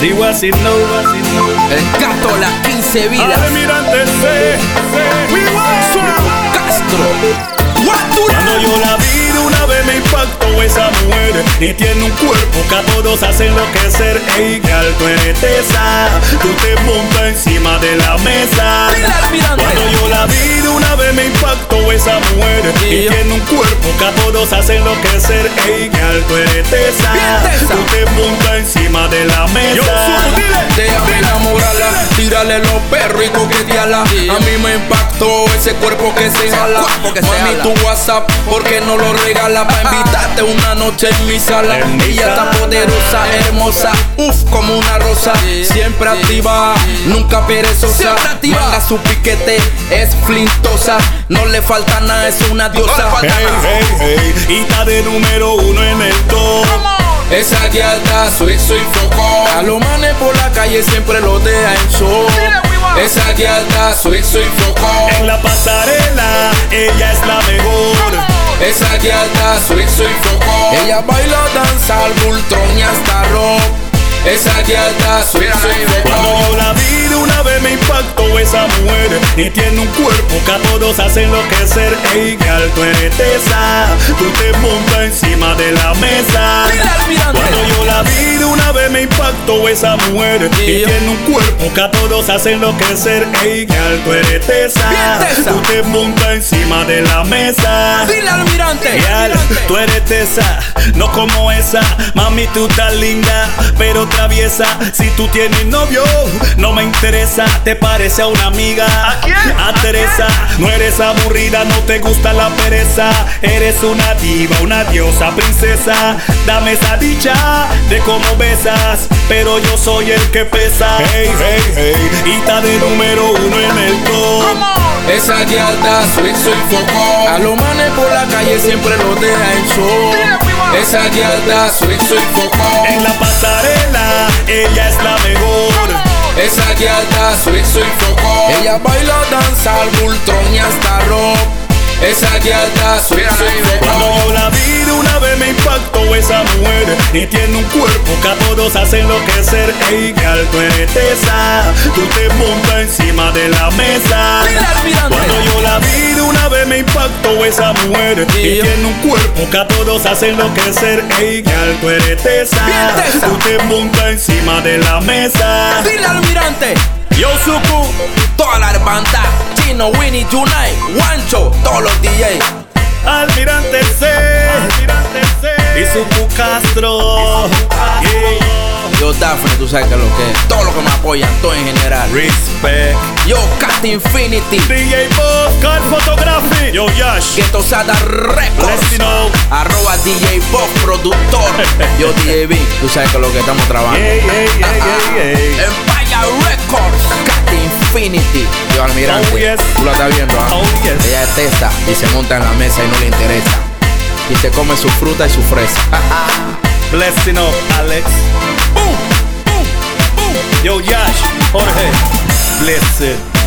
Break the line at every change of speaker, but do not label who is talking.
Digo así, no, así, no.
El gato, las 15 vidas.
Almirante C, C. We want some.
Castro. Guatura.
Cuando yo la vi de una vez me impactó esa mujer Y tiene un cuerpo que a todos hace enloquecer Ey, girl, tú eres de esa Tú te montas encima de la mesa
Dile al almirante.
Cuando yo la vi de una vez me impactó esa mujer
Y
Y,
yo-
tiene un cuerpo que a todos hace enloquecer Ey, girl, tú eres de esa
Bien de esa.
Tú te montas encima de la mesa
Déjame enamorarla, tírale los perros y coqueteala. A mí me impactó ese cuerpo que se jala.
cuerpo que se
Mami,
jala.
tu WhatsApp, porque no lo regala? Pa' invitarte una noche en mi sala.
En mi
Ella está
sala.
poderosa, hermosa, uff, como una rosa. Siempre activa, nunca perezosa.
Siempre activa.
Manga su piquete, es flintosa. No le falta nada, es una diosa.
falta
Ey, ey, ey Y está de número uno en el top
Esa guía está suizo y foco. A los manes por la calle siempre los deja en show. Esa guía está suizo y foco.
En la pasarela, ella es la mejor
Esa guía está suizo y foco. Ella baila, danza al bultrón y hasta rock. Esa guía está suizo y
Cuando
foco.
yo la vi de una vez me impactó esa mujer Y tiene un cuerpo que a todos hace enloquecer Ey, girl, tú eres de esa Tú te montas encima de la mesa
Dile al almirante.
Cuando yo la vi de una vez me impactó esa mujer
Y
Y
yo-
tiene un cuerpo que a todos hace enloquecer Ey, girl, tú eres de esa
Bien de esa.
Tú te montas encima de la mesa
Dile al almirante.
Real, tú eres de esa, no como esa. Mami, tú estás linda, pero traviesa. Si tú tienes novio, no me interesa. Te parece a una amiga. ¿A Teresa. No eres aburrida, no te gusta la pereza. Eres una diva, una diosa, princesa. Dame esa dicha de cómo besas, pero yo soy el que pesa. Hey, hey, hey. Y está de número uno en el top.
Esa guía está suizo y foco. A los manes por la calle siempre los deja en show. Esa guía está suizo y foco.
En la pasarela, ella es la mejor.
Esa guía está suizo y foco. Ella baila, danza al bultrón y hasta rock. Esa guía está suizo y foco.
Cuando yo la vi de una vez me impactó esa mujer Y tiene un cuerpo que a todos hace enloquecer Ey, girl, tú eres de esa Tú te montas encima de la mesa
Dile al almirante.
Cuando yo la vi de una vez me impactó esa mujer
Y
Y
yo-
tiene un cuerpo que a todos hace enloquecer Ey, girl, tú eres de esa
Bien de esa.
Tú te montas encima de la mesa
Dile al almirante.
Yo supo
Toda la hermandad, Chino, Winnie, Junai, Wancho, todos los DJs.
Almirante C Y su Castro Yeah.
Yo, Daphne, tú sabes que lo que es. Todo lo que me apoyan, todo en general.
Respect
Yo, Cast Infinity,
DJ Bob, Car Photography, Yo Yash,
Ghetto Sada
Let's
Records.
know.
Arroba DJ Bob, productor. Yo, DJ B, tú sabes que lo que estamos trabajando.
Ey, ey, ey, ey, ey.
Empire Records, Cast Infinity. Yo, almirante,
Oh, yes.
tú la estás viendo, ¿ah?
Oh, yes.
Ella es testa y se monta en la mesa y no le interesa. Y se come su fruta y su fresa.
Blessing up, Alex. Boom, boom, boom. Yo Yash, Jorge. Blessed.